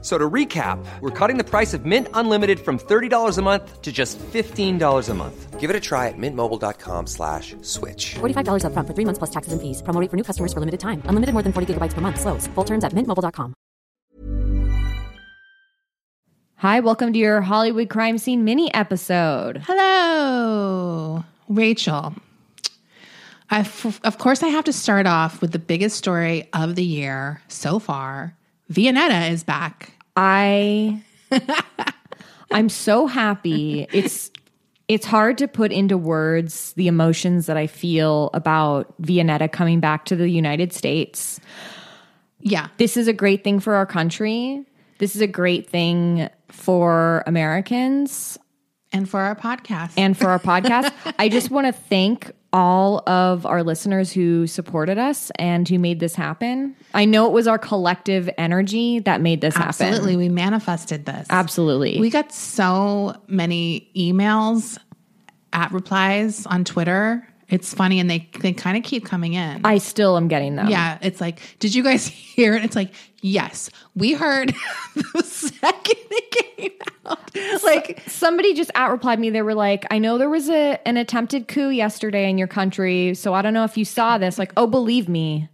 So to recap, we're cutting the price of Mint Unlimited from $30 a month to just $15 a month. Give it a try at mintmobile.com slash switch. $45 upfront for three months plus taxes and fees. Promo rate for new customers for limited time. Unlimited more than 40 gigabytes per month. Slows. Full terms at mintmobile.com. Hi, welcome to your Hollywood crime scene mini episode. Hello, Rachel. I f- of course, I have to start off with the biggest story of the year so far. Vianetta is back. I I'm so happy. It's it's hard to put into words the emotions that I feel about Vianetta coming back to the United States. Yeah, This is a great thing for our country. This is a great thing for Americans. and for our podcast. and for our podcast. I just want to thank all of our listeners who supported us and who made this happen. I know it was our collective energy that made this happen. absolutely, we manifested this. Absolutely. We got so many emails at replies on Twitter. It's funny, and they they kind of keep coming in. I still am getting them. yeah, it's like, did you guys hear it? It's like, yes, we heard the second it came out. Like, Somebody just out replied me. They were like, I know there was a an attempted coup yesterday in your country, so I don't know if you saw this. Like, oh, believe me,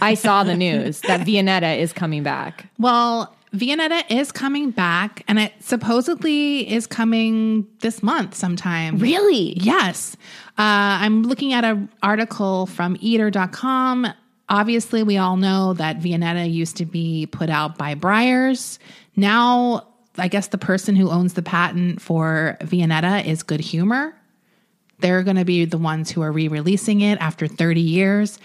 I saw the news that Vianetta is coming back. Well, Vianetta is coming back and it supposedly is coming this month sometime. Really? Yes. Uh, I'm looking at an article from eater.com. Obviously, we all know that Vianetta used to be put out by Briars. Now, I guess the person who owns the patent for Vianetta is Good Humor. They're going to be the ones who are re releasing it after 30 years.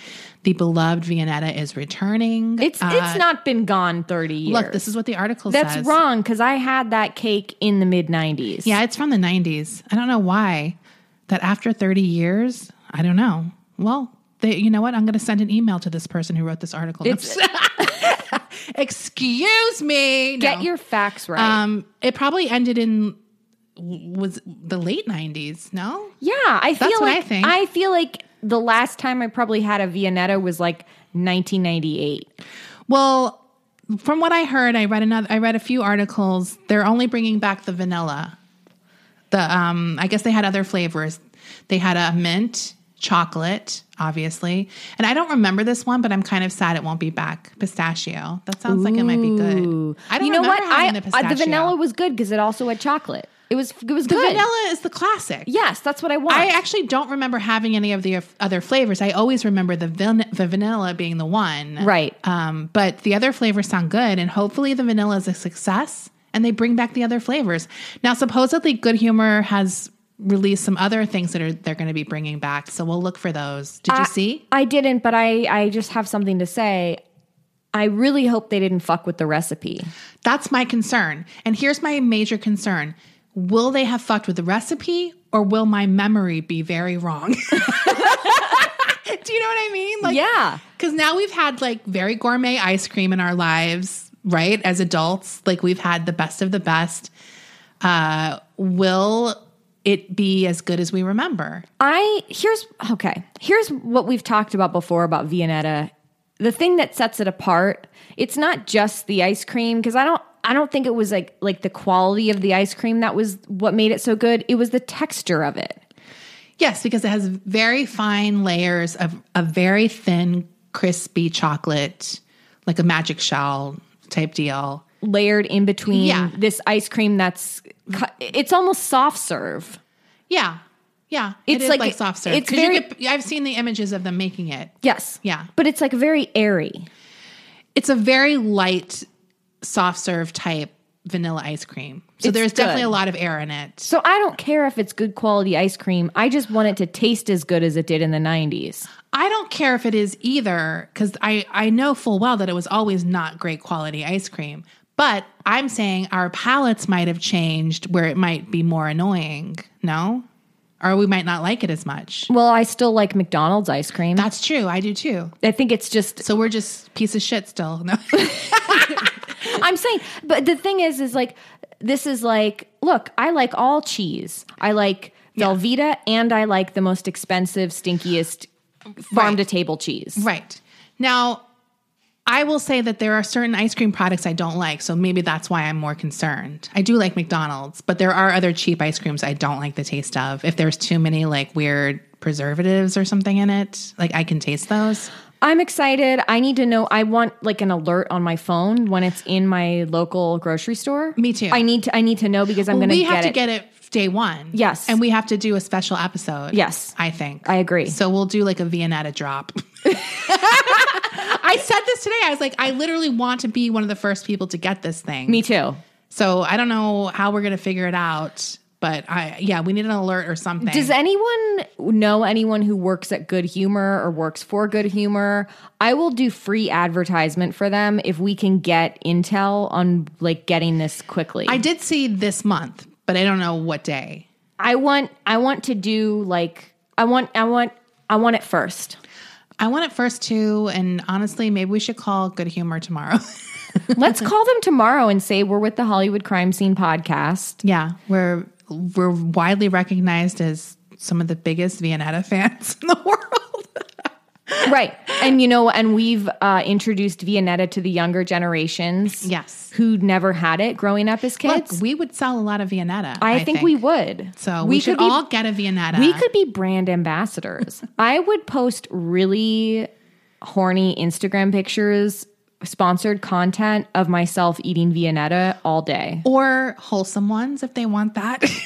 The beloved Vianetta is returning. It's it's not been gone thirty years. Uh, Look, this is what the article That's says. wrong because I had that cake in the mid 90s. Yeah, it's from the 90s. I don't know why that after 30 years, I don't know. Well, they, you know what? I'm going to send an email to this person who wrote this article. It's- Excuse me. No. Get your facts right. um it probably ended in was the late 90s, no? yeah, I feel that's what like I think. feel like the last time I probably had a Viennetta was like 1998. Well, from what I heard, I read another. I read a few articles. They're only bringing back the vanilla. The um, I guess they had other flavors. They had a mint, chocolate, obviously, and I don't remember this one, but I'm kind of sad it won't be back. Pistachio. That sounds like it might be good. I don't you know what? remember having I the uh, pistachio. the vanilla was good because it also had chocolate. It was it was The good. vanilla is the classic. Yes, that's what I want. I actually don't remember having any of the of- other flavors. I always remember the, van- the vanilla being the one. Right. Um, but the other flavors sound good, and hopefully the vanilla is a success and they bring back the other flavors. Now, supposedly, Good Humor has released some other things that are they're going to be bringing back, so we'll look for those. Did you see? I didn't, but I I just have something to say. I really hope they didn't fuck with the recipe. That's my concern. And here's my major concern. Will they have fucked with the recipe or will my memory be very wrong? Do you know what I mean? Like Yeah. Because now we've had like very gourmet ice cream in our lives, right? As adults, like we've had the best of the best. Uh, will it be as good as we remember? I here's okay. Here's what we've talked about before about Viennetta. The thing that sets it apart, it's not just the ice cream because I don't I don't think it was like like the quality of the ice cream that was what made it so good. It was the texture of it. Yes, because it has very fine layers of a very thin, crispy chocolate, like a magic shell type deal. Layered in between Yeah. this ice cream that's cut, it's almost soft serve. Yeah. Yeah. It's it is like- like, soft serve. it's 'Cause you very- could- I've seen the images of them making it. Yes. Yeah. But it's like very airy. It's a very light soft serve type vanilla ice cream. So It's there's definitely good. a lot of air in it. So I don't care if it's good quality ice cream. I just want it to taste as good as it did in the 90s. I don't care if it is either cuz I I know full well that it was always not great quality ice cream. But I'm saying our palates might have changed where it might be more annoying, no? Or we might not like it as much. Well, I still like McDonald's ice cream. That's true. I do too. I think it's just So we're just piece of shit still. No. I'm saying, but the thing is, is like this is like, look, I like all cheese. I like Velveeta, and I like the most expensive, stinkiest farm to table cheese. Right. Now, I will say that there are certain ice cream products I don't like, so maybe that's why I'm more concerned. I do like McDonald's, but there are other cheap ice creams I don't like the taste of. If there's too many like weird preservatives or something in it, like I can taste those. I'm excited. I need to know. I want like an alert on my phone when it's in my local grocery store. Me too. I need to. I need to know because I'm going we get have to it. get it day one. Yes. And we have to do a special episode. Yes. I think. I agree. So we'll do like a Viennetta drop. I said this today. I was like, I literally want to be one of the first people to get this thing. Me too. So I don't know how we're gonna figure it out, but I yeah, we need an alert or something. Does anyone know anyone who works at Good Humor or works for Good Humor? I will do free advertisement for them if we can get intel on like getting this quickly. I did see this month, but I don't know what day. I want I want to do like I want I want I want it first. I want it first too, and honestly, maybe we should call Good Humor tomorrow. Let's call them tomorrow and say we're with the Hollywood Crime Scene podcast. yeah, we're we're widely recognized as some of the biggest Viennetta fans in the world. Right. And you know and we've uh, introduced Vianetta to the younger generations. Yes. Who never had it growing up as kids. Look, we would sell a lot of Viennetta. I, think, we would. So we, should could be- all get a Viennetta. We could be brand ambassadors. I would post really horny Instagram pictures, sponsored content of myself eating Viennetta all day. or wholesome ones if they want that.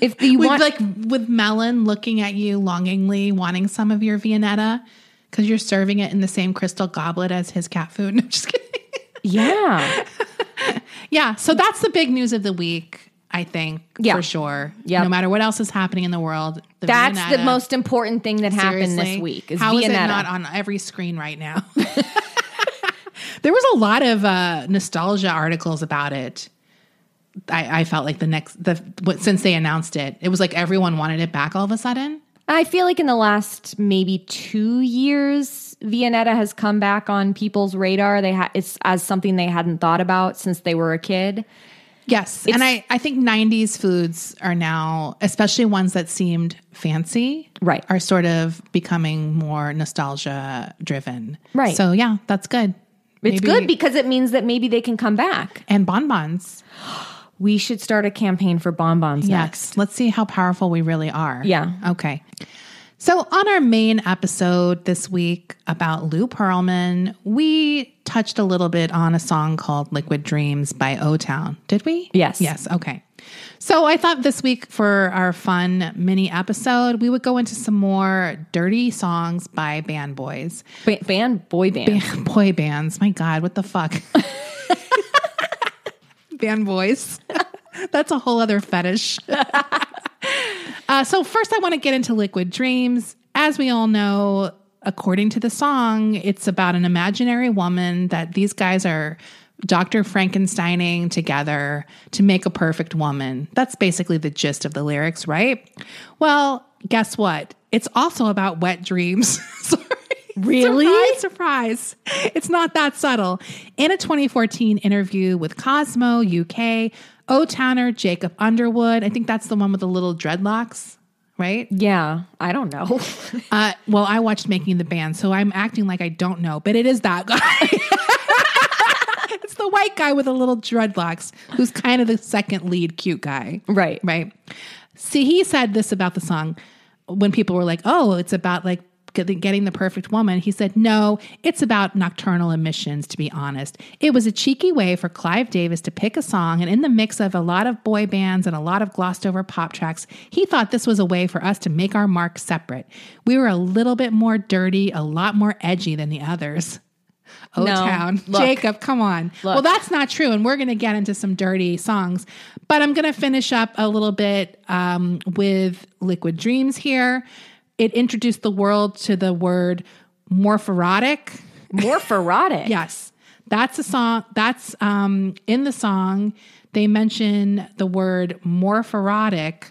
If you with want, like with Melon looking at you longingly, wanting some of your Viennetta because you're serving it in the same crystal goblet as his cat food. No, just kidding. yeah, yeah, so that's the big news of the week. I think Yeah. for sure. Yep. No matter what else is happening in the world, the that's the Viennetta- most important thing that happened Seriously, this week. Is how is Viennetta? it not on every screen right now? there was a lot of uh, nostalgia articles about it. I, I felt like the next the what, since they announced it, it was like everyone wanted it back all of a sudden. I feel like in the last maybe two years, Viennetta has come back on people's radar. They ha- it's as something they hadn't thought about since they were a kid. Yes, and I I think '90s foods are now, especially ones that seemed fancy, Right. are sort of becoming more nostalgia driven, Right. So yeah, that's good. It's Maybe- good because it means that maybe they can come back. and bonbons. We should start a campaign for bonbons next. Yes. Let's see how powerful we really are. Yeah. Okay. So, on our main episode this week about Lou Pearlman, we touched a little bit on a song called Liquid Dreams by O Town. Did we? Yes. Yes. Okay. So, I thought this week for our fun mini episode, we would go into some more dirty songs by band boys. Ba- band, boy band. Boy bands. My God, what the fuck? Band boys. That's a whole other fetish. uh, so, first, I want to get into Liquid Dreams. As we all know, according to the song, it's about an imaginary woman that these guys are Dr. Frankensteining together to make a perfect woman. That's basically the gist of the lyrics, right? Well, guess what? It's also about wet dreams. Sorry. Really? Surprise, surprise. It's not that subtle. In a 2014 interview with Cosmo UK, O Towner Jacob Underwood, I think that's the one with the little dreadlocks, right? Yeah, I don't know. Uh, well, I watched Making the Band, so I'm acting like I don't know, but it is that guy. it's the white guy with the little dreadlocks who's kind of the second lead cute guy. Right. Right. See, he said this about the song when people were like, oh, it's about like get- getting the perfect woman. He said, no, it's about nocturnal emissions, to be honest. It was a cheeky way for Clive Davis to pick a song, and in the mix of a lot of boy bands and a lot of glossed over pop tracks, he thought this was a way for us to make our mark separate. We were a little bit more dirty, a lot more edgy than the others. O Town. look. Jacob, come on. Well, that's not true. And we're going to get into some dirty songs. But I'm going to finish up a little bit um, with Liquid Dreams here. It introduced the world to the word morphorotic. More ferrotic. Yes. That's a song. That's um, in the song. They mention the word morphorotic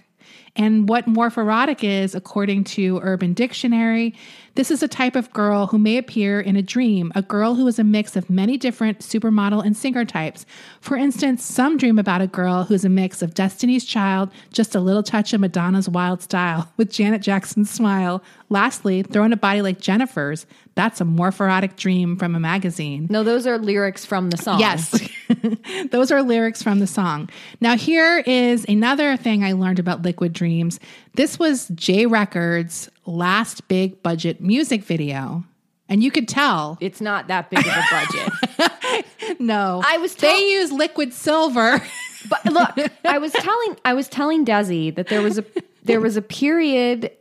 And what morphorotic is, according to Urban Dictionary, this is a type of girl who may appear in a dream, a girl who is a mix of many different supermodel and singer types. For instance, some dream about a girl who is a mix of Destiny's Child, just a little touch of Madonna's wild style with Janet Jackson's smile. Lastly, throwing a body like Jennifer's, that's a morphorotic dream from a magazine. No, those are lyrics from the song. Yes. Those are lyrics from the song. Now, here is another thing I learned about Liquid Dreams. This was J Records' last big budget music video. And you could tell, It's not that big of a budget. no, I was tell- they use liquid silver. But look, I was telling I was telling Desi that there was a there was a period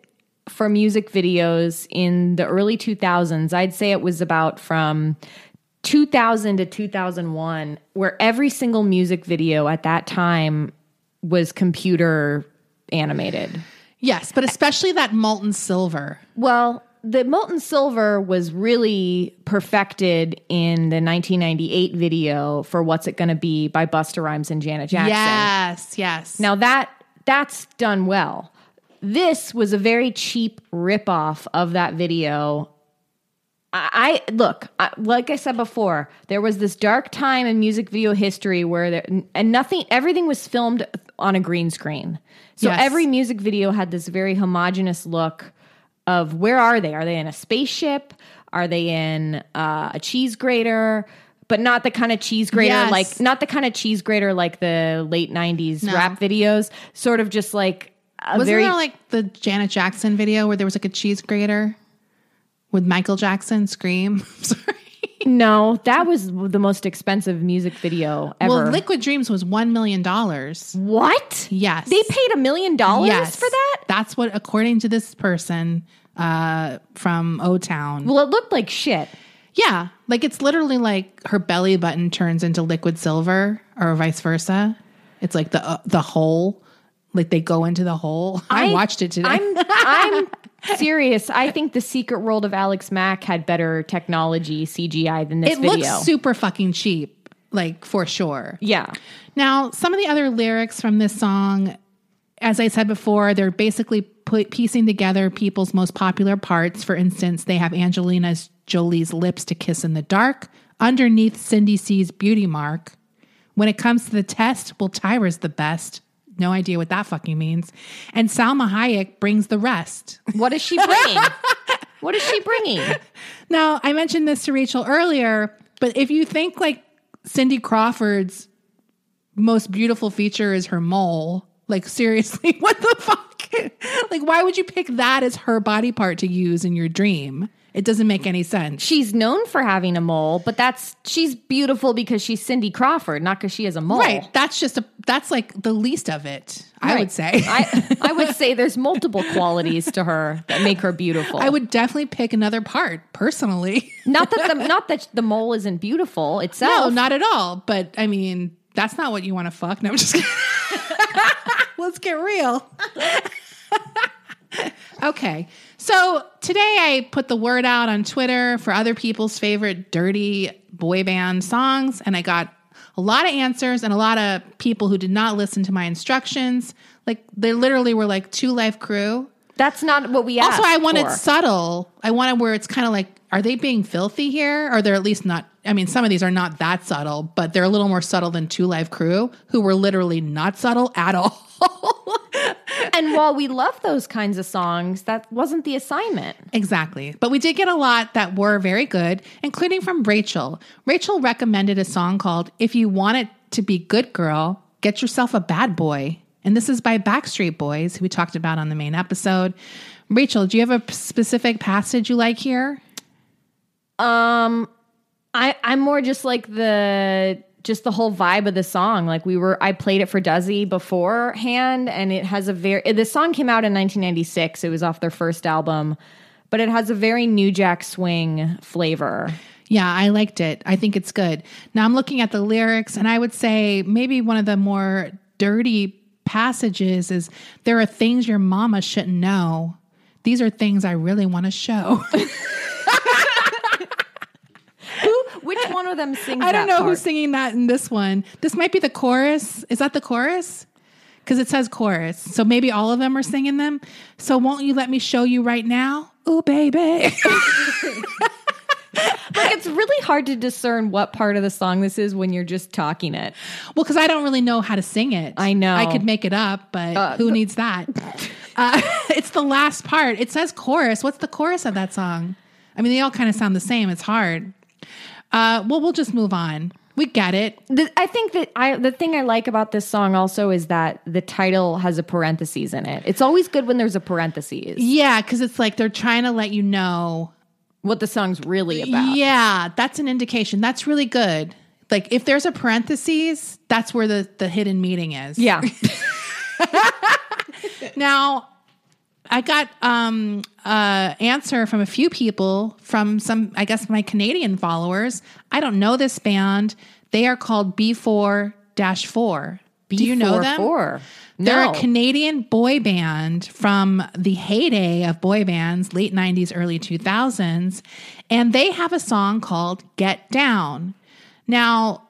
for music videos in the early 2000s. I'd say it was about from 2000 to 2001 where every single music video at that time was computer animated. yes, but especially that molten silver. Well, the molten silver was really perfected in the 1998 video for What's It Gonna Be by Busta Rhymes and Janet Jackson. Yes, yes. Now that that's done well. This was a very cheap ripoff of that video. I, I look I, like I said before. There was this dark time in music video history where there, and nothing, everything was filmed on a green screen. So Yes. every music video had this very homogenous look of where are they? Are they in a spaceship? Are they in uh, a cheese grater? But not the kind of cheese grater Yes. like not the kind of cheese grater like the late 90s rap videos sort of just like a Wasn't very there like the Janet Jackson video where there was like a cheese grater with Michael Jackson scream? I'm sorry. no that was the most expensive music video ever Well, Liquid Dreams was one million dollars. what Yes. they paid a million dollars yes for that That's what, according to this person uh, from O Town. well it looked like shit yeah, like it's literally like her belly button turns into liquid silver, or vice versa. It's like the uh, the hole, like they go into the hole. I, watched it today. i'm i'm serious i think the secret world of alex mack had better technology cgi than this it video looks super fucking cheap, like for sure. yeah Now, some of the other lyrics from this song, as I said before, they're basically put, piecing together people's most popular parts. For instance, they have Angelina Jolie's lips to kiss in the dark, underneath Cindy C's beauty mark. When it comes to the test, well, Tyra's the best. No idea what that fucking means. And Salma Hayek brings the rest. what is she bringing what is she bringing Now, I mentioned this to Rachel earlier, but if you think like Cindy Crawford's most beautiful feature is her mole, like seriously, what the fuck? like, why would you pick that as her body part to use in your dream? It doesn't make any sense. she's known for having a mole, but that's she's beautiful because she's Cindy Crawford, not because she has a mole. Right. That's just a, that's like the least of it, I Right. would say. I, I would say there's multiple qualities to her that make her beautiful. I would definitely pick another part personally. not that the not that the mole isn't beautiful No, itself. not at all. But I mean, that's not what you want to fuck. No, I'm just kidding. Let's get real. okay. So today I put the word out on Twitter for other people's favorite dirty boy band songs, and I got a lot of answers and a lot of people who did not listen to my instructions. Like they literally were like two life crew. that's not what we asked. Also, I wanted for. subtle. I wanted where it's kind of like, are they being filthy here? Or they're at least not. I mean, some of these are not that subtle, but they're a little more subtle than Two Live Crew, who were literally not subtle at all. and while we love those kinds of songs, that wasn't the assignment. exactly. But we did get a lot that were very good, including from Rachel. Rachel recommended a song called If You Want It to Be Good Girl, Get Yourself a Bad Boy. And this is by Backstreet Boys, who we talked about on the main episode. Rachel, do you have a specific passage you like here? I, I'm more just like the just the whole vibe of the song. Like we were, I played it for Duzzy beforehand, and it has a very. The song came out in 1996. It was off their first album, but it has a very New Jack Swing flavor. Yeah, I liked it. I think it's good. Now I'm looking at the lyrics, and I would say maybe one of the more dirty passages is there are things your mama shouldn't know. These are things I really want to show. Who? Which one of them sings? I don't that know part? who's singing that in this one. This might be the chorus. Is that the chorus? because it says chorus. So maybe all of them are singing them. So won't you let me show you right now? Ooh, baby. Like it's really hard to discern what part of the song this is when you're just talking it. Well, because I don't really know how to sing it. I know. I could make it up, but who needs that? uh, it's the last part. It says chorus. What's the chorus of that song? I mean, they all kind of sound the same. It's hard. Uh, well, we'll just move on. We get it. The, I think that I the thing I like about this song also is that the title has a parentheses in it. It's always good when there's a parentheses. Yeah, because it's like they're trying to let you know. What the song's really about. Yeah, that's an indication. That's really good. Like if there's a parentheses, that's where the the hidden meaning is. Yeah. Now, I got um uh answer from a few people from some I guess my Canadian followers. I don't know this band. They are called B4-4. Do you know Four, them? four. They're No. a Canadian boy band from the heyday of boy bands, late 90s, early 2000s, and they have a song called Get Down. Now,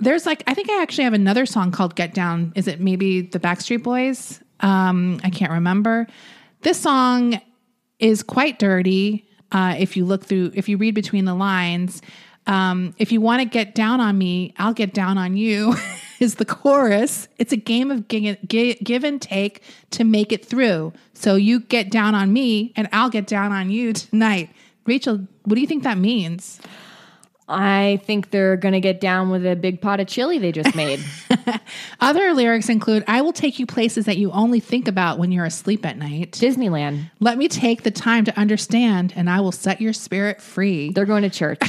there's like I think I actually have another song called Get Down. Is it maybe the Backstreet Boys? Um, I can't remember. This song is quite dirty. Uh, if you look through, if you read between the lines, um, if you want to get down on me, I'll get down on you. is the chorus? It's a game of gi- gi- give and take to make it through. So you get down on me, and I'll get down on you tonight. Rachel, what do you think that means? I think they're gonna get down with a big pot of chili they just made. Other lyrics include I will take you places that you only think about when you're asleep at night. Disneyland. Let me take the time to understand, and I will set your spirit free. They're going to church.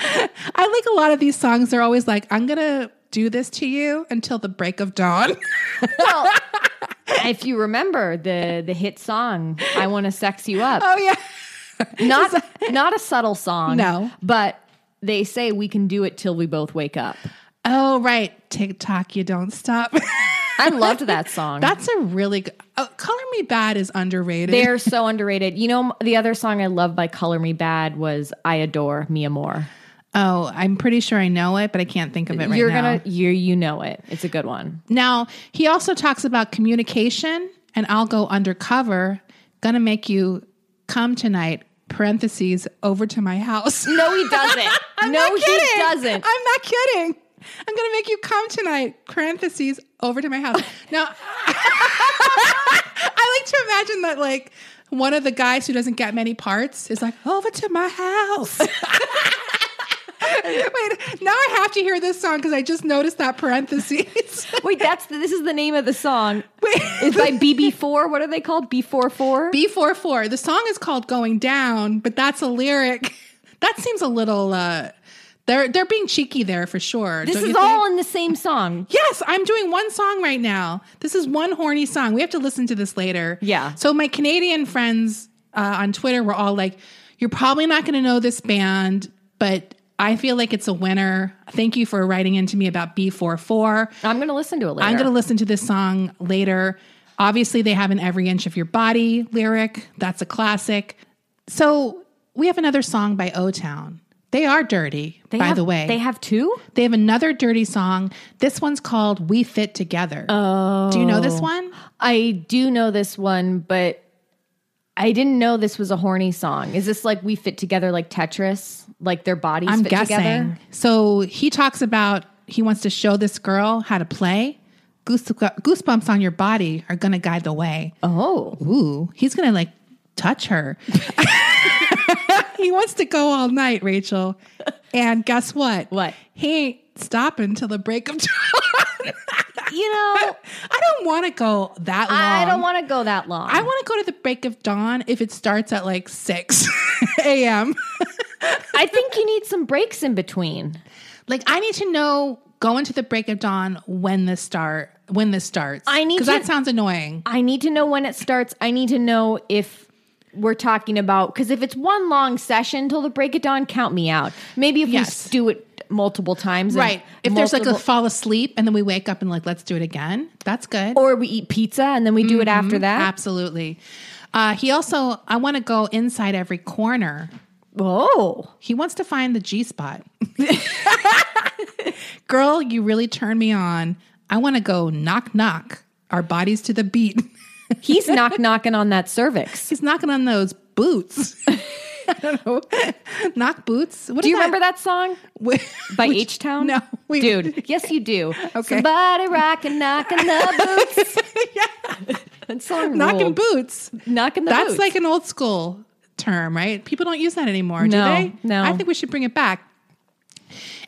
I like a lot of these songs. They're always like, I'm going to do this to you until the break of dawn. Well, if you remember the the hit song "I Want to Sex You Up," oh, yeah. not not a subtle song, No. but they say we can do it till we both wake up. Oh, right. TikTok, you don't stop. I loved that song. That's a really good. Oh, Color Me Bad is underrated. They're so underrated. You know, the other song I love by Color Me Bad was "I Adore Mia Moore." oh, I'm pretty sure I know it, but I can't think of it right You're now. gonna you you know it. It's a good one. Now, he also talks about communication and I'll go undercover, gonna make you come tonight, parentheses, over to my house. No, he doesn't. no, he doesn't. I'm not kidding. I'm gonna make you come tonight, parentheses, over to my house. Now, I like to imagine that, like, one of the guys who doesn't get many parts is like, over to my house. Wait, now I have to hear this song because I just noticed that parentheses. Wait, that's the, this is the name of the song. It's by BB4. What are they called? B44. B44. The song is called Going Down, but that's a lyric. That seems a little uh they're they're being cheeky there for sure. this don't is you all think? in the same song. Yes, I'm doing one song right now. This is one horny song. We have to listen to this later. Yeah. So my Canadian friends uh, on Twitter were all like, "You're probably not going to know this band, but I feel like it's a winner. Thank you for writing into me about B44. I'm going to listen to it later. I'm going to listen to this song later. Obviously, they have an Every Inch of Your Body lyric. That's a classic. So we have another song by O Town. They are dirty, They by have- the way. They have two? They have another dirty song. This one's called We Fit Together. Oh. Do you know this one? I do know this one, but I didn't know this was a horny song. Is this like we fit together like Tetris? Like their bodies I'm fit guessing. together? So he talks about he wants to show this girl how to play. Goose- Goosebumps on your body are going to guide the way. Oh. ooh, he's gonna like touch her. he wants to go all night, Rachel. And guess what? What? He ain't stopping till the break of dawn. You know, I don't want to go that long. I don't want to go that long. I want to go to the break of dawn if it starts at like six a.m. I think you need some breaks in between. like I need to know going to the break of dawn when this start when this starts. I need because to- that sounds annoying. I need to know when it starts. I need to know if we're talking about because if it's one long session till the break of dawn, count me out. Maybe if Yes. we do it multiple times, and Right. If there's like a multiple- fall asleep and then we wake up and like let's do it again, that's good. or we eat pizza and then we do Mm-hmm. it after that. Absolutely. Uh, he also, I want to go inside every corner. Oh, He wants to find the G spot. Girl, you really turned me on. I want to go knock, knock our bodies to the beat. He's knock knocking on that cervix. He's knocking on those boots. I don't know. knock boots. What Do is you remember that song Wh- by H Town? no, we- dude. Yes, you do. Somebody rocking, knocking the boots. That song Knocking ruled. boots. Knocking the That's boots. like an old school term, right? People don't use that anymore, do No, they? no. I think we should bring it back.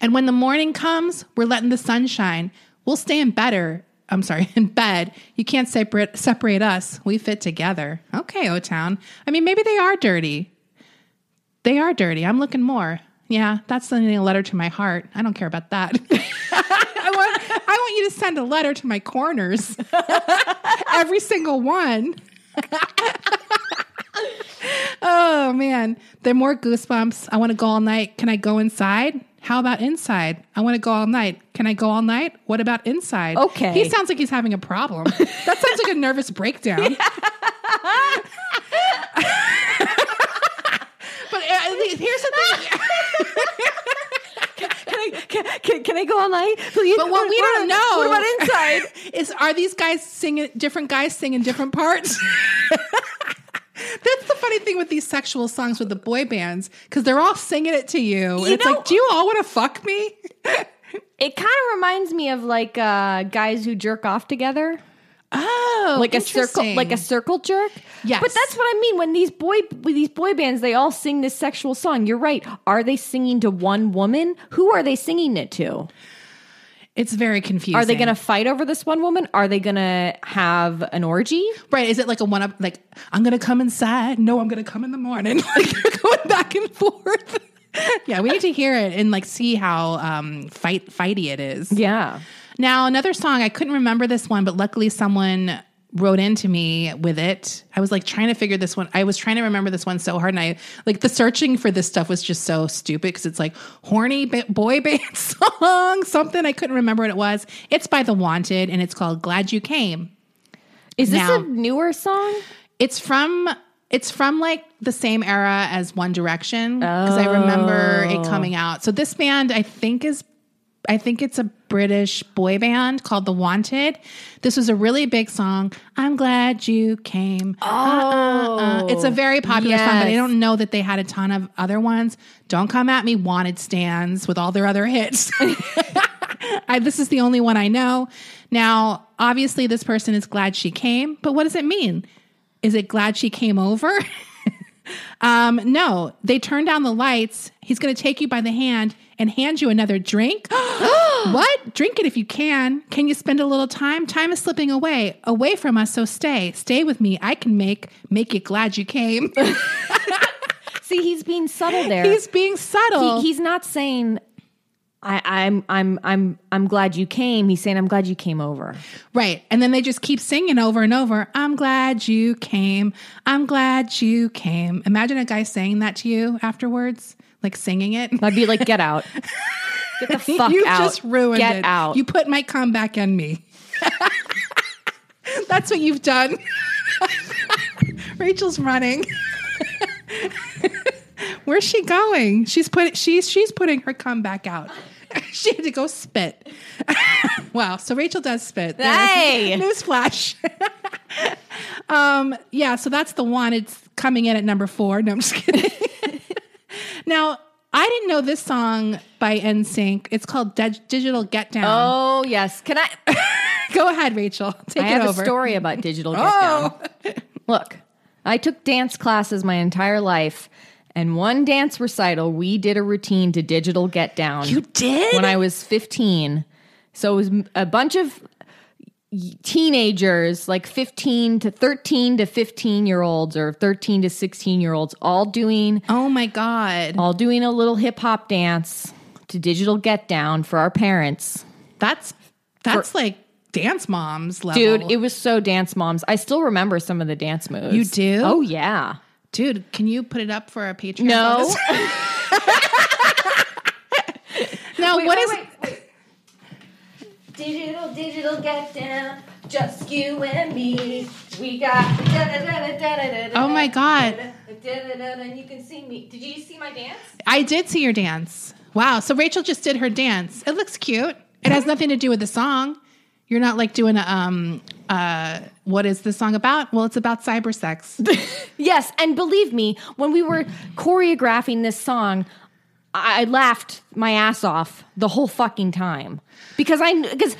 And when the morning comes, we're letting the sun shine. We'll stay in better. I'm sorry, in bed. You can't separate separate us. We fit together. Okay, O Town. I mean, maybe they are dirty. They are dirty. I'm looking more. Yeah, that's sending a letter to my heart. I don't care about that. I want I want you to send a letter to my corners. Every single one. Oh man, there are more goosebumps. I want to go all night. Can I go inside? How about inside? I want to go all night. Can I go all night? What about inside? Okay. He sounds like he's having a problem. that sounds like a nervous breakdown. but uh, here's the thing. can, I, can, can, can I go all night? Please? But what we don't know. What about inside? Is are these guys singing different guys singing different parts? That's the funny thing with these sexual songs with the boy bands because they're all singing it to you. and You it's know- like, do you all want to fuck me? It kind of reminds me of like uh, guys who jerk off together, Oh, like a circle, interesting. like a circle jerk. Yes. but that's what I mean when these boy with these boy bands they all sing this sexual song. You're right. Are they singing to one woman? Who are they singing it to? It's very confusing. Are they going to fight over this one woman? Are they going to have an orgy? right? Is it like a one up? Like I'm gonna come inside. No, I'm gonna come in the morning. Like you're going back and forth. yeah, we need to hear it and like see how um fight fighty it is. Yeah. Now, another song, I couldn't remember this one, but luckily someone wrote into me with it. I was like trying to figure this one. I was trying to remember this one so hard. And I like the searching for this stuff was just so stupid because it's like horny ba- boy band song, something I couldn't remember what it was. It's by The Wanted and it's called Glad You Came. Is this Now- a newer song? It's from it's from like the same era as One Direction because I remember it coming out. So this band I think is I think it's a British boy band called The Wanted. This was a really big song. I'm glad you came. Oh, it's a very popular song, but I Yes. don't know that they had a ton of other ones. Don't come at me. Wanted stands with all their other hits. I, this is the only one I know. Now, obviously, this person is glad she came, but what does it mean? Is it glad she came over? um, no, they turn down the lights. He's going to take you by the hand and hand you another drink. what? Drink it if you can. Can you spend a little time? Time is slipping away, away from us. So stay, stay with me. I can make make you glad you came. See, he's being subtle there. he's being subtle. he, he's not saying I, I'm I'm I'm I'm glad you came. He's saying I'm glad you came over. Right. And then they just keep singing over and over. I'm glad you came. I'm glad you came. Imagine a guy saying that to you afterwards, like singing it. I'd be like, get out. Get the fuck you out. just ruined Get it. out. You put my comeback on me. That's what you've done. Rachel's running. Where's she going? She's put she's she's putting her comeback out. she had to go spit. wow. So Rachel does spit. There. Hey! Newsflash. um, yeah, so that's the one. It's coming in at number four. No, I'm just kidding. Now, I didn't know this song by NSYNC. It's called Dig- Digital Get Down. oh yes. Can I Go ahead, Rachel. Take I it have over. a story about digital get Oh. down. Look, I took dance classes my entire life. And one dance recital, we did a routine to digital get down. You did? When I was 15. So it was m- a bunch of teenagers, like 15 to 13 to 15 year olds or 13 to 16 year olds, all doing oh my God. all doing a little hip hop dance to digital get down for our parents. That's that's like dance moms level. Dude, it was so dance moms. I still remember some of the dance moves. You do? Oh yeah. Dude, can you put it up for a Patreon? No. now, what is Digital, digital, get down. Just you and me. We got. Oh my God. And you can see me. Did you see my dance? I did see your dance. Wow. So Rachel just did her dance. It looks cute. It has nothing to do with the song. You're not like doing a um uh what is the song about? Well, it's about cyber sex. Yes, and believe me, when we were choreographing this song, I I laughed my ass off the whole fucking time because I because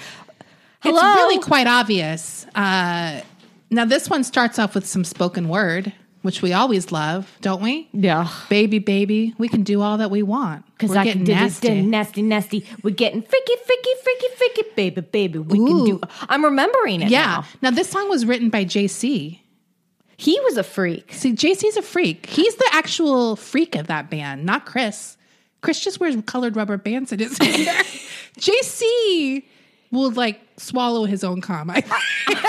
hello, It's really quite obvious. Uh now this one starts off with some spoken word, which we always love, don't we? yeah, Baby, baby, we can do all that we want. because We're I getting can do nasty. nasty. nasty, nasty. We're getting freaky, freaky, freaky, freaky, baby, baby. We can do. I'm remembering it. yeah. now. Now this song was written by JC. he was a freak. See, JC's a freak. He's the actual freak of that band, not Chris. Chris just wears colored rubber bands in his hair. JC will like swallow his own cum. I- like,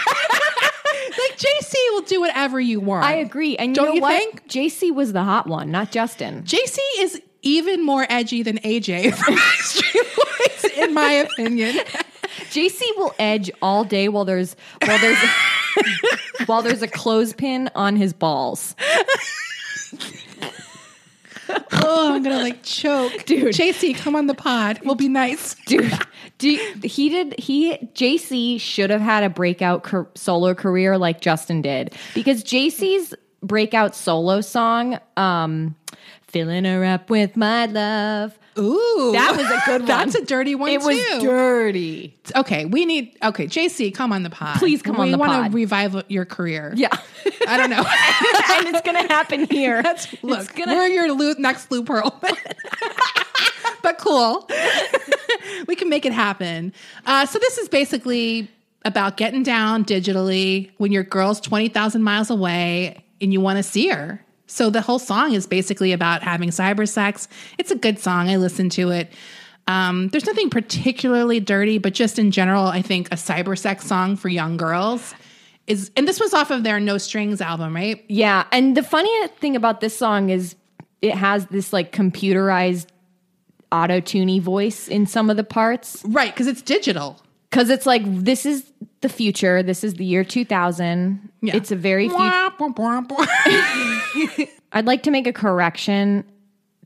like JC will do whatever you want. I agree, and you Don't know you what? think? JC was the hot one, not Justin. JC is even more edgy than AJ from Backstreet Boys, in my opinion. JC will edge all day while there's while there's while there's a clothespin on his balls. Oh, I'm gonna like choke, Dude. JC, come on the pod. We'll be nice. Dude, do you- he did he JC should have had a breakout car- solo career like Justin did because JC's breakout solo song um filling her up with my love Ooh, that was a good one That's a dirty one. it too. was dirty okay, we need okay, JC, come on the pod. Please come on the We want pod. to revive your career. yeah I don't know. and it's gonna happen here that's Look, we're your lo- next Lou Pearl. but cool. we can make it happen. Uh, so this is basically about getting down digitally when your girl's 20,000 miles away and you want to see her. So the whole song is basically about having cyber sex. It's a good song. I listen to it. Um, there's nothing particularly dirty, but just in general, I think a cyber sex song for young girls is, and this was off of their No Strings album, right? Yeah, and the funny thing about this song is it has this like computerized auto tuney voice in some of the parts Right, because it's digital. because it's like this is the future. This is the year two thousand. Yeah. It's a very. Fu- Wah, wah, wah, wah. I'd like to make a correction.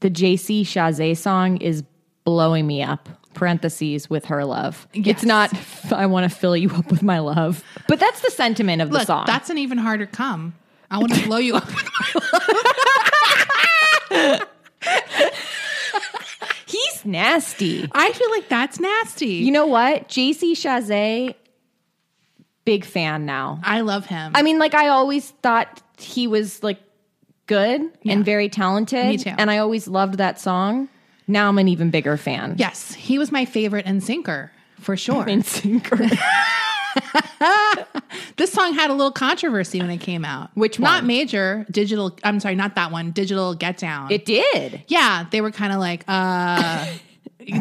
The JC Chazé song is blowing me up. Parentheses with her love. Yes. It's not. I want to fill you up with my love, but that's the sentiment of the Look, song. that's an even harder come. I want to blow you up. he's nasty. I feel like that's nasty. You know what? JC Chazé, big fan now. I love him. I mean, like I always thought he was like good and very talented. Me too. And I always loved that song. Now I'm an even bigger fan. yes, he was my favorite and sinker for sure. And sinker. this song had a little controversy when it came out. Which Not one? major. Digital. I'm sorry, not that one. Digital Get Down. it did. yeah, they were kind of like, uh,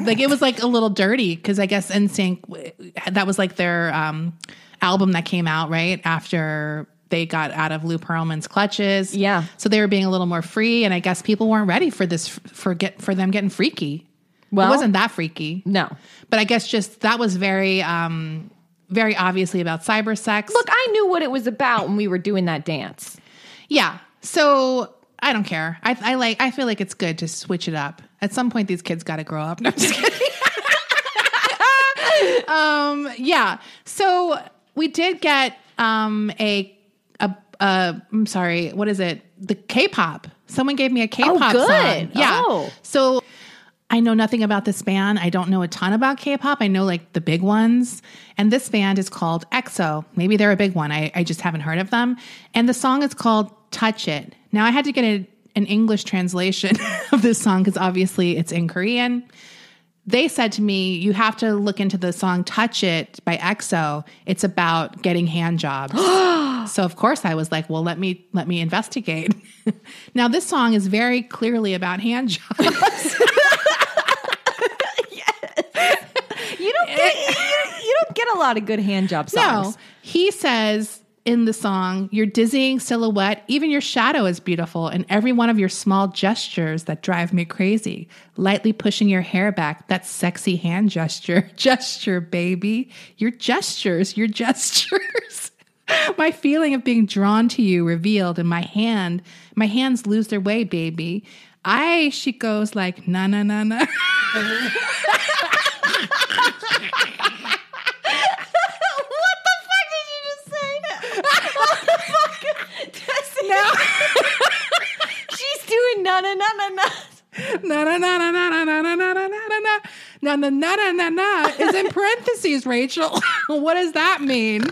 like it was like a little dirty because I guess NSYNC w- that was like their um album that came out right after they got out of Lou Pearlman's clutches. Yeah. so they were being a little more free, and I guess people weren't ready for this f- for get for them getting freaky. Well- it wasn't that freaky. No. but I guess just that was very. um very obviously about cyber sex. Look, I knew what it was about when we were doing that dance. Yeah. So I don't care. I, I like. I feel like it's good to switch it up. At some point, these kids got to grow up. No, I'm just kidding. um. Yeah. So we did get um a a a. I'm sorry. What is it? The K-pop. Someone gave me a K-pop Oh, good. song. Yeah. Oh. So I know nothing about this band. I don't know a ton about K-pop. I know like the big ones. And this band is called EXO. Maybe they're a big one. I, I just haven't heard of them. And the song is called Touch It. Now I had to get a, an English translation of this song because obviously it's in Korean. They said to me, you have to look into the song Touch It by EXO. It's about getting hand jobs. So of course I was like, well, let me let me investigate. now this song is very clearly about hand jobs. You don't get you, you don't get a lot of good hand job songs. No, he says in the song, your dizzying silhouette, even your shadow is beautiful, and every one of your small gestures that drive me crazy. Lightly pushing your hair back, that sexy hand gesture, gesture, baby. Your gestures, your gestures. my feeling of being drawn to you revealed, and my hand, my hands lose their way, baby. I she goes like na na na na. She's doing na na na na na. na na na na na na na na na na na na na na na na na na is in parentheses, Rachel. what does that mean?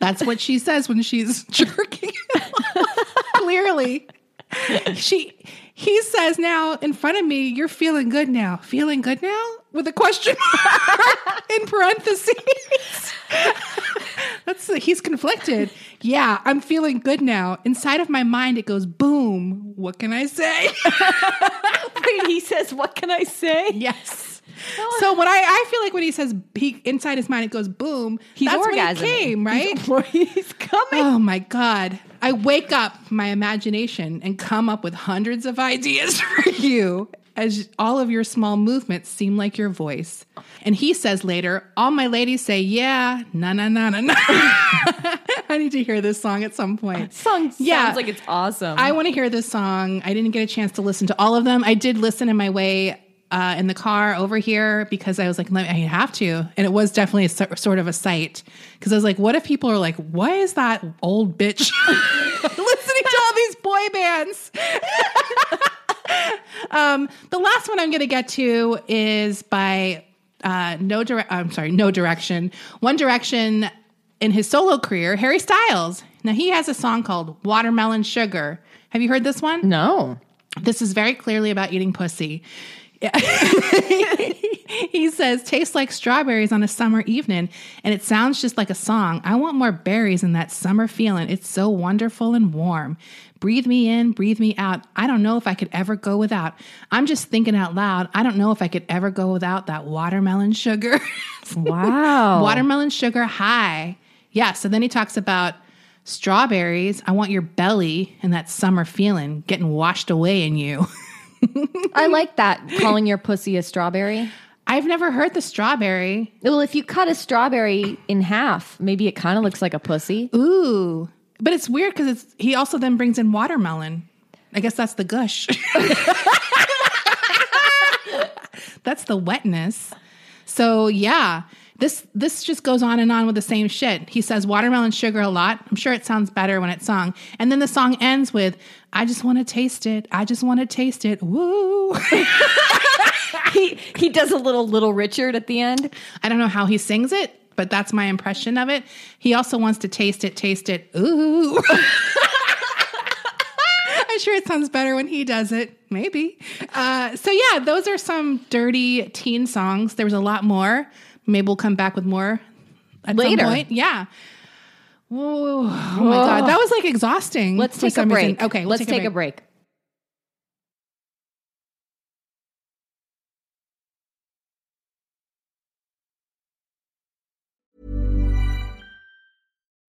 That's what she says when she's jerking. him off. Clearly. She he says now in front of me, you're feeling good now. Feeling good now? With a question mark in parentheses. That's he's conflicted. Yeah, I'm feeling good now. Inside of my mind it goes boom. What can I say? Wait, he says, "What can I say?" Yes. So when I, I feel like when he says he inside his mind it goes boom, He's that's when orgasming. it came, right? He's coming. Oh my god. I wake up my imagination and come up with hundreds of ideas for you as all of your small movements seem like your voice. And he says later, all my ladies say, yeah, na na na na na. I need to hear this song at some point. Song Yeah. sounds like it's awesome. I want to hear this song. I didn't get a chance to listen to all of them. I did listen in my way uh, in the car over here because I was like, Let me, I have to. And it was definitely a so- sort of a sight because I was like, what if people are like, why is that old bitch listening to all these boy bands? um, the last one I'm going to get to is by uh, no dire- I'm sorry, no direction. One Direction in his solo career, Harry Styles. Now he has a song called "Watermelon Sugar." Have you heard this one? no. This is very clearly about eating pussy. he says, tastes like strawberries on a summer evening, and it sounds just like a song. I want more berries in that summer feeling. It's so wonderful and warm. Breathe me in, breathe me out. I don't know if I could ever go without. I'm just thinking out loud. I don't know if I could ever go without that watermelon sugar. Wow. Watermelon sugar high. Yeah. So then he talks about strawberries. I want your belly and that summer feeling getting washed away in you. I like that calling your pussy a strawberry. I've never heard the strawberry. Well, if you cut a strawberry in half, maybe it kind of looks like a pussy. Ooh. But it's weird because it's he also then brings in watermelon. I guess that's the gush. that's the wetness. So yeah. This this just goes on and on with the same shit. He says watermelon sugar a lot. I'm sure it sounds better when it's sung. And then the song ends with, I just wanna taste it. I just wanna taste it. Woo. he he does a little little Richard at the end. I don't know how he sings it, but that's my impression of it. He also wants to taste it, taste it. Ooh. I'm sure it sounds better when he does it, maybe. Uh, so, yeah, those are some dirty teen songs. There was a lot more. Maybe we'll come back with more at some Later. point. Yeah. Whoa. Oh my God. That was like exhausting. Let's for take a some reason. break. Okay. we'll let's take a break.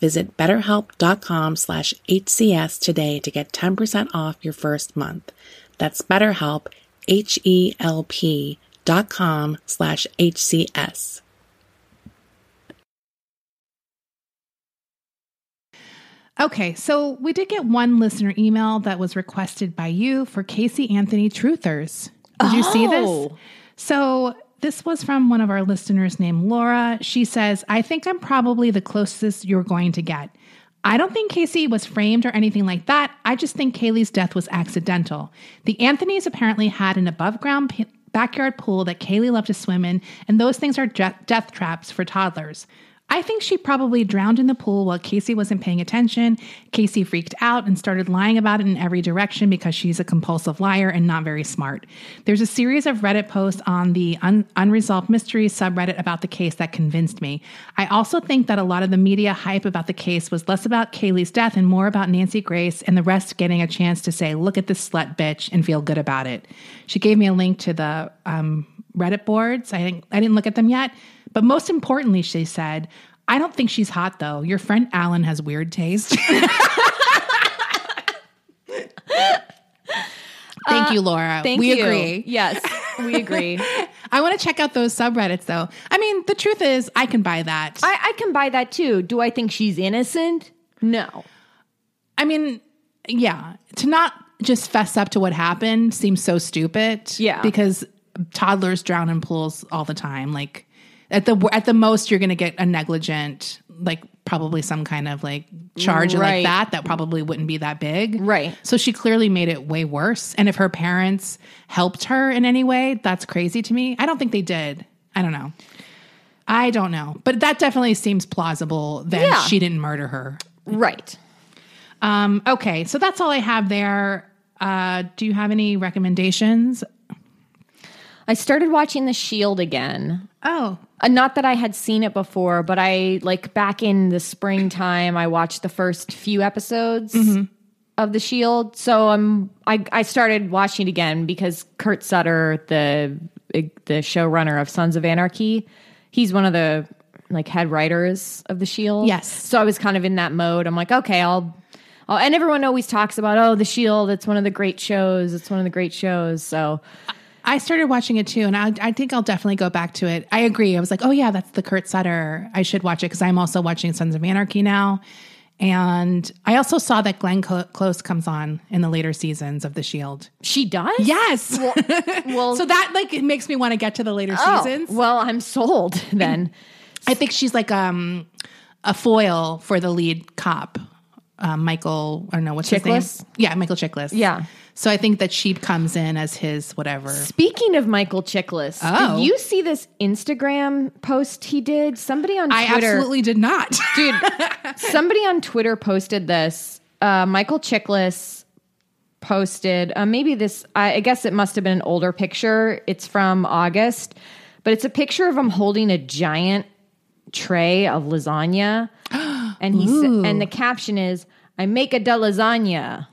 Visit betterhelp.com slash HCS today to get 10% off your first month. That's betterhelp, H-E-L-P dot com slash HCS. Okay, so we did get one listener email that was requested by you for Casey Anthony Truthers. Did you see this? Oh. So this was from one of our listeners named Laura. She says, I think I'm probably the closest you're going to get. I don't think Casey was framed or anything like that. I just think Kaylee's death was accidental. The Anthonys apparently had an above ground p- backyard pool that Kaylee loved to swim in, and those things are dre- death traps for toddlers. I think she probably drowned in the pool while Casey wasn't paying attention. Casey freaked out and started lying about it in every direction because she's a compulsive liar and not very smart. There's a series of Reddit posts on the un- Unresolved Mysteries subreddit about the case that convinced me. I also think that a lot of the media hype about the case was less about Kaylee's death and more about Nancy Grace and the rest getting a chance to say, look at this slut bitch and feel good about it. She gave me a link to the um, Reddit boards. I didn't, I didn't look at them yet. But most importantly, she said, I don't think she's hot though. Your friend Alan has weird taste. Thank you, Laura. Uh, Thank we you. agree. Yes, we agree. I, I want to check out those subreddits though. I mean, the truth is, I can buy that. I, I can buy that too. Do I think she's innocent? No. mean, yeah, to not just fess up to what happened seems so stupid. Yeah. Because toddlers drown in pools all the time. Like at the at the most you're going to get a negligent like probably some kind of like charge Right. like that that probably wouldn't be that big. Right. So she clearly made it way worse. And if her parents helped her in any way, that's crazy to me. I don't think they did. I don't know. I don't know. But that definitely seems plausible that Yeah. she didn't murder her. Right. Um, okay. So that's all I have there. Uh, do you have any recommendations? I started watching The Shield again. Oh, Uh, not that I had seen it before, but I like back in the springtime, I watched the first few episodes of The Shield. So I'm I, I started watching it again because Kurt Sutter, the the showrunner of Sons of Anarchy, he's one of the like head writers of The Shield. Yes. So I was kind of in that mode. I'm like, okay, I'll. I'll and everyone always talks about oh the Shield. It's one of the great shows. It's one of the great shows. So I started watching it too, and I, I think I'll definitely go back to it. I agree. I was like, oh yeah, that's the Kurt Sutter. I should watch it because I'm also watching Sons of Anarchy now, and I also saw that Glenn Clo- Close comes on in the later seasons of The Shield. she does. Yes. Well, so that like it makes me want to get to the later Oh, seasons. Well, I'm sold then. I think she's like um a foil for the lead cop, um, Michael. I don't know what's his Chiklis? name. Yeah, Michael Chiklis. Yeah. So I think that she comes in as his whatever. Speaking of Michael Chiklis, Oh. did you see this Instagram post he did? Somebody on I Twitter, absolutely did not. dude. somebody on Twitter posted this. Uh, Michael Chiklis posted uh, maybe this. I, I guess it must have been an older picture. It's from August, but it's a picture of him holding a giant tray of lasagna, and he sa- and the caption is, "I make a da lasagna."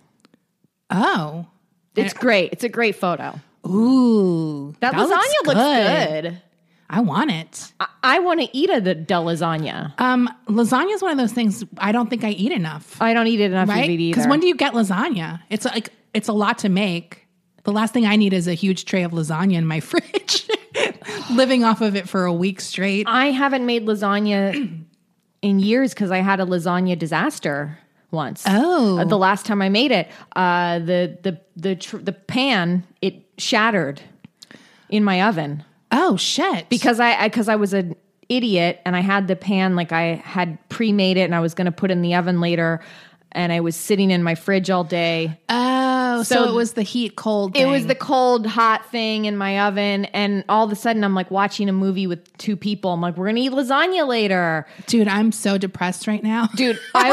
oh. It's great. It's a great photo. Ooh, That, lasagna looks good. I want it. I, I want to eat a the, the lasagna. Um, lasagna is one of those things I don't think I eat enough, I don't eat it enough right? of it either. Because when do you get lasagna? It's like it's a lot to make. The last thing I need is a huge tray of lasagna in my fridge, living off of it for a week straight. I haven't made lasagna in years because I had a lasagna disaster once. Oh. Uh, the last time I made it, uh, the the the tr- the pan it shattered in my oven Oh shit! because I because I, was an idiot and I had the pan like I had pre-made it and I was going to put it in the oven later. And I was sitting in my fridge all day. oh, so, So- it was the heat cold. It was thing. the cold, hot thing in my oven. And all of a sudden, I'm like watching a movie with two people. I'm like, we're going to eat lasagna later. dude. I'm so depressed right now, dude i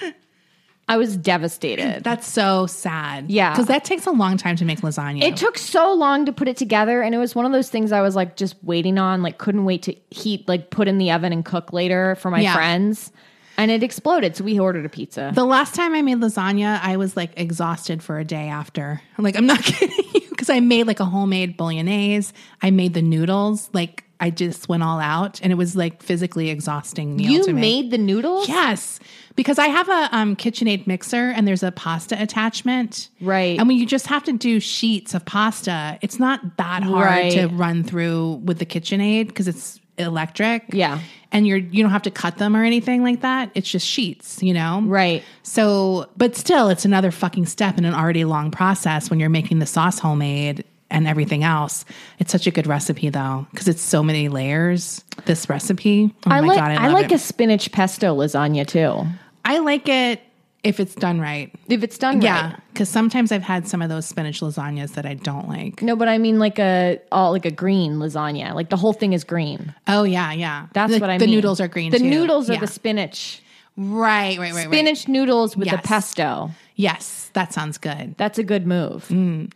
was i was devastated That's so sad. Yeah. because that takes a long time to make lasagna. it took so long to put it together and it was one of those things i was like just waiting on like couldn't wait to heat like put in the oven and cook later for my Yeah. friends and it exploded so we ordered a pizza The last time I made lasagna, I was like exhausted for a day after. I'm like, I'm not kidding you. Because I made like a homemade bolognese. I made the noodles. Like, I just went all out and it was like physically exhausting meal you to make. made the noodles Yes, because I have a um, KitchenAid mixer and there's a pasta attachment. Right. And when you just have to do sheets of pasta, it's not that hard Right. to run through with the KitchenAid because it's electric. Yeah. And you're you don't have to cut them or anything like that. It's just sheets, you know. Right. So, but still, it's another fucking step in an already long process when you're making the sauce homemade and everything else. It's such a good recipe though because it's so many layers. This recipe. Oh i my like God, I, i, love like it. a spinach pesto lasagna too I like it if it's done right. if it's done Yeah, right. because sometimes I've had some of those spinach lasagnas that I don't like. no but i mean like a all like a green lasagna like the whole thing is green Oh yeah, yeah. that's The- what i the mean noodles are green. the too. noodles are Yeah. the spinach right, right, right, right. spinach noodles with Yes. the pesto Yes, that sounds good. That's a good move.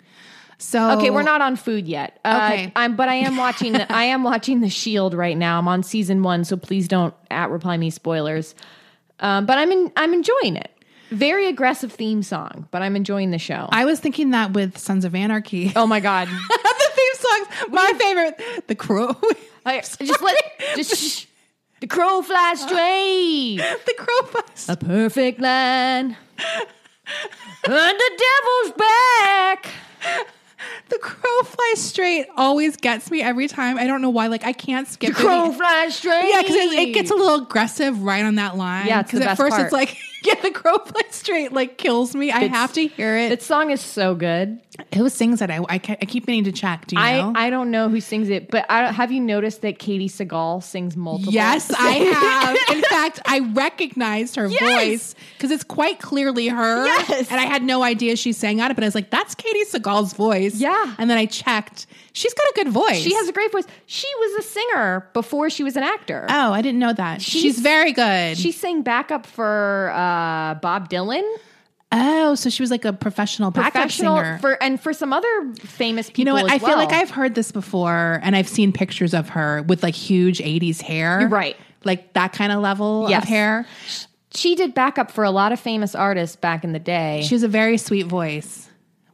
So Okay, we're not on food yet. Uh, Mm. Oh. Okay. I'm, but I am watching. The, I am watching The Shield right now. I'm on season one, so please don't at reply me spoilers. Um, but I'm in, I'm enjoying it. Very aggressive theme song, but I'm enjoying the show. I was thinking that with Sons of Anarchy. oh my god! the theme songs, my favorite, The Crow. I- just let just shh. the crow flies straight. the Crow. Fest. A perfect line. And the devil's back. The Crow flies straight always gets me every time. I don't know why. Like I can't The skip crow it. flies straight. Yeah, because it, it gets a little aggressive right on that line. Yeah, it's the because at best first part. it's like, yeah, the crow flies straight, like kills me. I have to hear it. That song is so good. Who sings it? I, I, ca- I keep meaning to check. Do you know? I, I don't know who sings it, but I, don't- have you noticed that Katie Segal sings multiple? yes, I have. In fact, I recognized her Yes. voice because it's quite clearly her. Yes. And I had no idea she sang on it, but I was like, that's Katie Segal's voice. Yeah. And then I checked. She's got a good voice. She has a great voice. She was a singer before she was an actor. Oh, I didn't know that. She's, very good. she sang backup for uh, Bob Dylan, oh, so she was like a professional backup professional singer. for and for some other famous people. you know what? as I feel like well. I've heard this before, and I've seen pictures of her with like huge '80s hair. You're right. Like that kind of level Yes. of hair. She did backup for a lot of famous artists back in the day. She has a very sweet voice.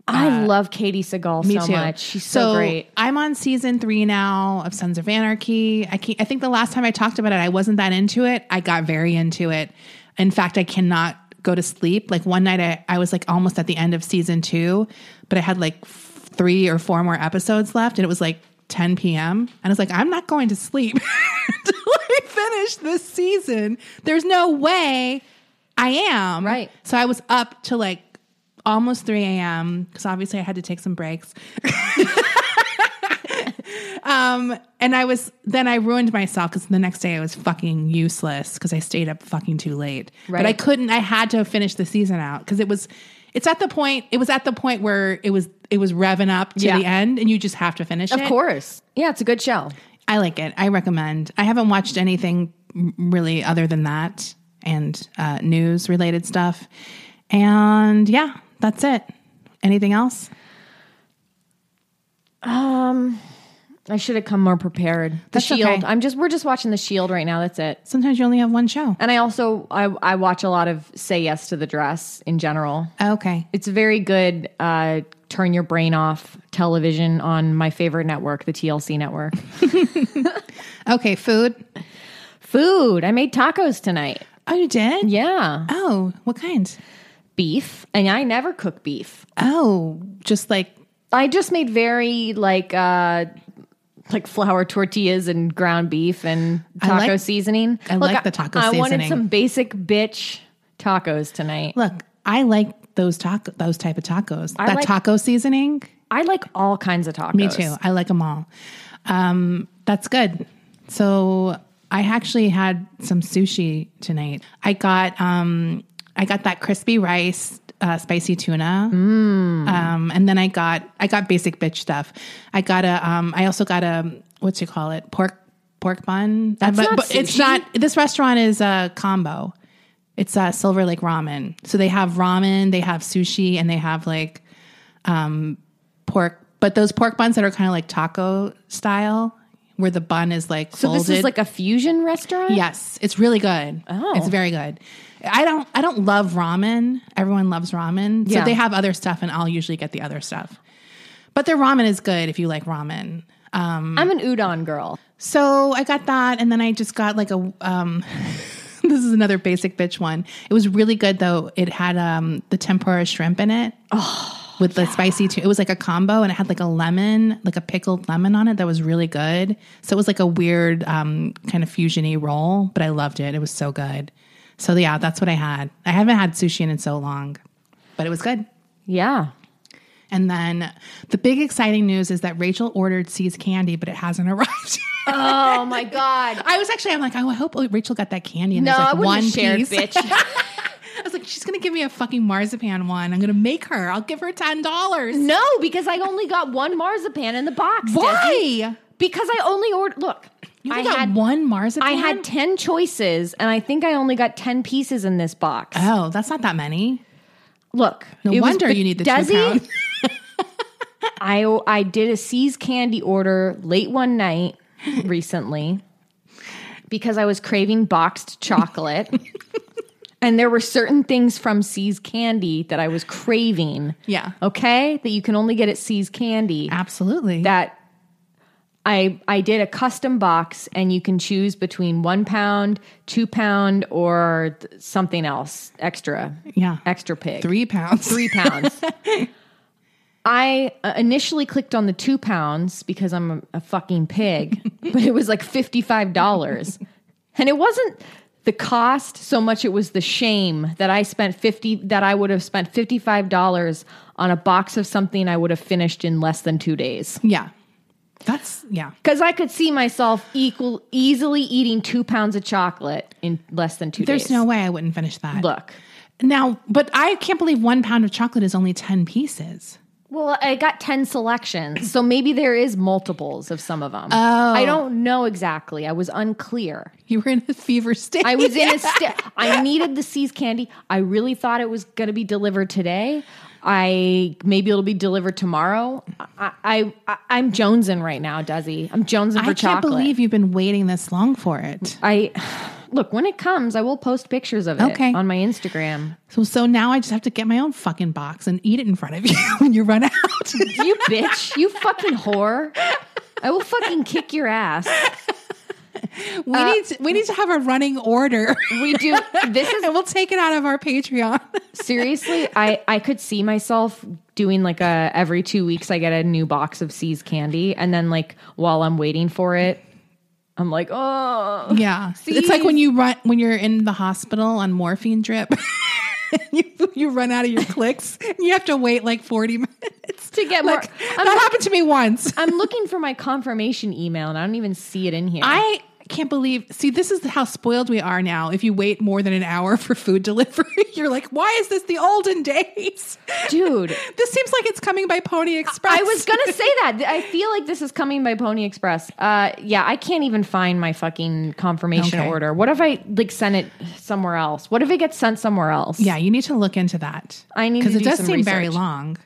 I love Katie Segal Me so too. much. She's Uh, so, great. I'm on season three now of Sons of Anarchy. I can't, I think the last time I talked about it, I wasn't that into it. I got very into it. In fact, I cannot go to sleep. Like one night, I, I was like almost at the end of season two, but I had like f- three or four more episodes left, and it was like 10 p.m. And I was like, I'm not going to sleep until I finish this season. There's no way I am. Right. So I was up to like almost 3 a.m. because obviously I had to take some breaks. um, and I was, then I ruined myself because the next day I was fucking useless because I stayed up fucking too late. But I Right. couldn't, I had to finish the season out because it was, it's at the point, it was at the point where it was, it was revving up to Yeah. the end and you just have to finish Of it. course, yeah, it's a good show. I like it. I recommend. I haven't watched anything m- really other than that and uh, news related stuff. And yeah, that's it. Anything else? I should have come more prepared. The That's Shield. okay. I'm just we're just watching The Shield right now. That's it. Sometimes you only have one show. And I also I I watch a lot of Say Yes to the Dress in general. Okay. It's very good. Uh, turn your brain off television on my favorite network, the TLC network. Okay, food. Food. I made tacos tonight. Oh, you did? Yeah, Oh, what kind? beef, and I never cook beef. Oh, just like I just made very like uh like flour tortillas and ground beef and I taco like- seasoning. I like the taco I wanted seasoning. some basic bitch tacos tonight. look, I like those taco those type of tacos. that like- taco seasoning. I like all kinds of tacos. Me too. I like them all. Um, that's good. So I actually had some sushi tonight. I got um, I got that crispy rice. Uh, spicy tuna, um, and then I got I got basic bitch stuff. I got a um, I also got a what's you call it pork pork bun. That's not it's sushi. not. This restaurant is a combo. It's uh, Silver Lake Ramen. So they have ramen, they have sushi, and they have like um, pork, but those pork buns that are kind of like taco style, where the bun is like So folded. this is like a fusion restaurant. yes, it's really good. Oh, it's very good. I don't I don't love ramen. Everyone loves ramen, so Yeah. they have other stuff, and I'll usually get the other stuff. But their ramen is good if you like ramen. I'm an udon girl. So I got that, and then I just got like a. Um, this is another basic bitch one. It was really good though. It had um, the tempura shrimp in it. with the spicy too. It was like a combo, and it had like a lemon, like a pickled lemon on it. That was really good. So it was like a weird um, kind of fusiony roll, but I loved it. It was so good. So yeah, that's what I had. I haven't had sushi in so long, but it was good. Yeah. And then the big exciting news is that Rachel ordered C's candy, but it hasn't arrived. Oh my god. I was actually, I'm like, oh, I hope Rachel got that candy. And No, there's like I wouldn't one have shared, piece. bitch. I was like, she's gonna give me a fucking marzipan one. I'm gonna make her. I'll give her ten dollars. no, because I only got one marzipan in the box. Desi. Why? Because I only ordered. Look, You I only got had one marzipan. I had ten choices, and I think I only got ten pieces in this box. Oh, that's not that many. Look, No it was wonder big- you need the Desi, two pound. I I did a C's candy order late one night recently because I was craving boxed chocolate. And there were certain things from C's Candy that I was craving. Yeah. Okay? That you can only get at C's Candy. Absolutely. That I I did a custom box and you can choose between one pound, two pound, or th- something else extra. yeah. Extra pig Three pounds. three pounds. I uh, initially clicked on the two pounds because I'm a, a fucking pig, but it was like $55. And it wasn't the cost so much, it was the shame that I spent 50, that I would have spent $55 on a box of something I would have finished in less than two days. Yeah. That's yeah. Because I could see myself equal, easily eating two pounds of chocolate in less than two There's days. no way I wouldn't finish that. look. Now, but I can't believe one pound of chocolate is only ten pieces. Well, I got 10 selections. So maybe there is multiples of some of them. Oh. I don't know exactly. I was unclear. You were in a fever state. I was in a st- I needed the C's candy. I really thought it was going to be delivered today. I maybe it'll be delivered tomorrow. I, I, I I'm jonesing right now, Desi. I'm jonesing for I can't chocolate. believe you've been waiting this long for it. I look when it comes. I will post pictures of it Okay. on my Instagram. So so now I just have to get my own fucking box and eat it in front of you when you run out. You bitch! You fucking whore! I will fucking kick your ass. we need to, we need to have a running order. We do. This is and we'll take it out of our Patreon. seriously i i could see myself doing like a every two weeks i get a new box of c's candy and then like while i'm waiting for it i'm like oh Yeah. It's like when you run when you're in the hospital on morphine drip. you you run out of your clicks. and you have to wait like 40 minutes to get more Like, that happened to me once. i'm looking for my confirmation email and i don't even see it in here I can't believe. See, this is how spoiled we are now. If you wait more than an hour for food delivery, you're like, "Why is this the olden days?" dude This seems like it's coming by Pony Express. I was gonna say that. I feel like this is coming by Pony Express. Uh, yeah, I can't even find my fucking confirmation Okay. order. What if I like send it somewhere else? What if it gets sent somewhere else? Yeah, you need to look into that. I need because to it do does some seem very research. long.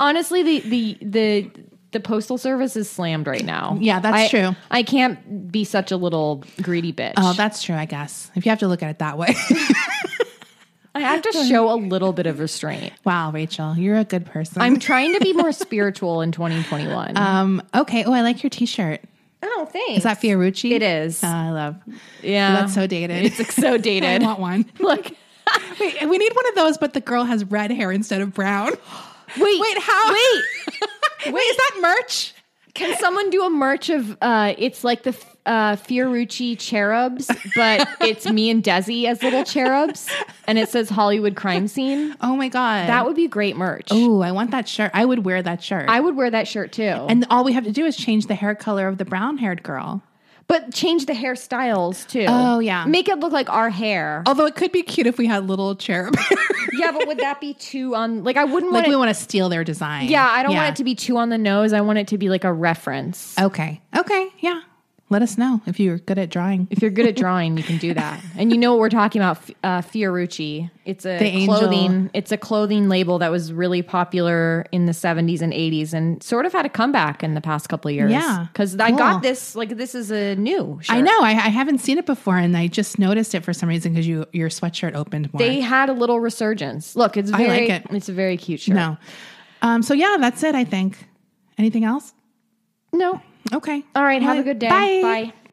honestly the the the the postal service is slammed right now. Yeah, that's I- true. I can't be such a little greedy bitch. Oh, that's true, I guess. If you have to look at it that way. I have to show a little bit of restraint. wow, Rachel, you're a good person. I'm trying to be more spiritual in 2021. um okay. Oh, I like your t-shirt. oh, thanks. Is that Fiorucci? It is. Oh, I love. yeah, That's so dated. It's so dated. I want one. Look, Wait, we need one of those, but the girl has red hair instead of brown. wait, Wait, how? Wait, Wait, is that merch? can someone do a merch of? uh It's like the uh Fiorucci cherubs, but it's me and Desi as little cherubs, and it says Hollywood crime scene. Oh my god. That would be great merch. Ooh, I want that shirt. I would wear that shirt. I would wear that shirt too. And and all we have to do is change the hair color of the brown-haired girl. but change the hairstyles too. Oh, yeah. Oh. Make it look like our hair. Although it could be cute if we had little cherub. Yeah, but would that be too on like I wouldn't like want we it, want to steal their design. Yeah, I don't want it to be too on the nose. I want it to be like a reference. Okay. Okay. Yeah. Let us know if you're good at drawing. If you're good at drawing, you can do that. And you know what we're talking about F- uh, Fiorucci. It's a The angel. clothing it's a clothing label that was really popular in the 70s and 80s and sort of had a comeback in the past couple of years. Yeah. Cuz I Cool. got this like this is a new shirt. I know. I, I haven't seen it before, and I just noticed it for some reason because you your sweatshirt opened more. They had a little resurgence. Look, it's very like it. it's a very cute shirt. no. Um. So yeah, that's it. I think. Anything else? No. Okay. All right, have Well, a good day. Bye. Bye.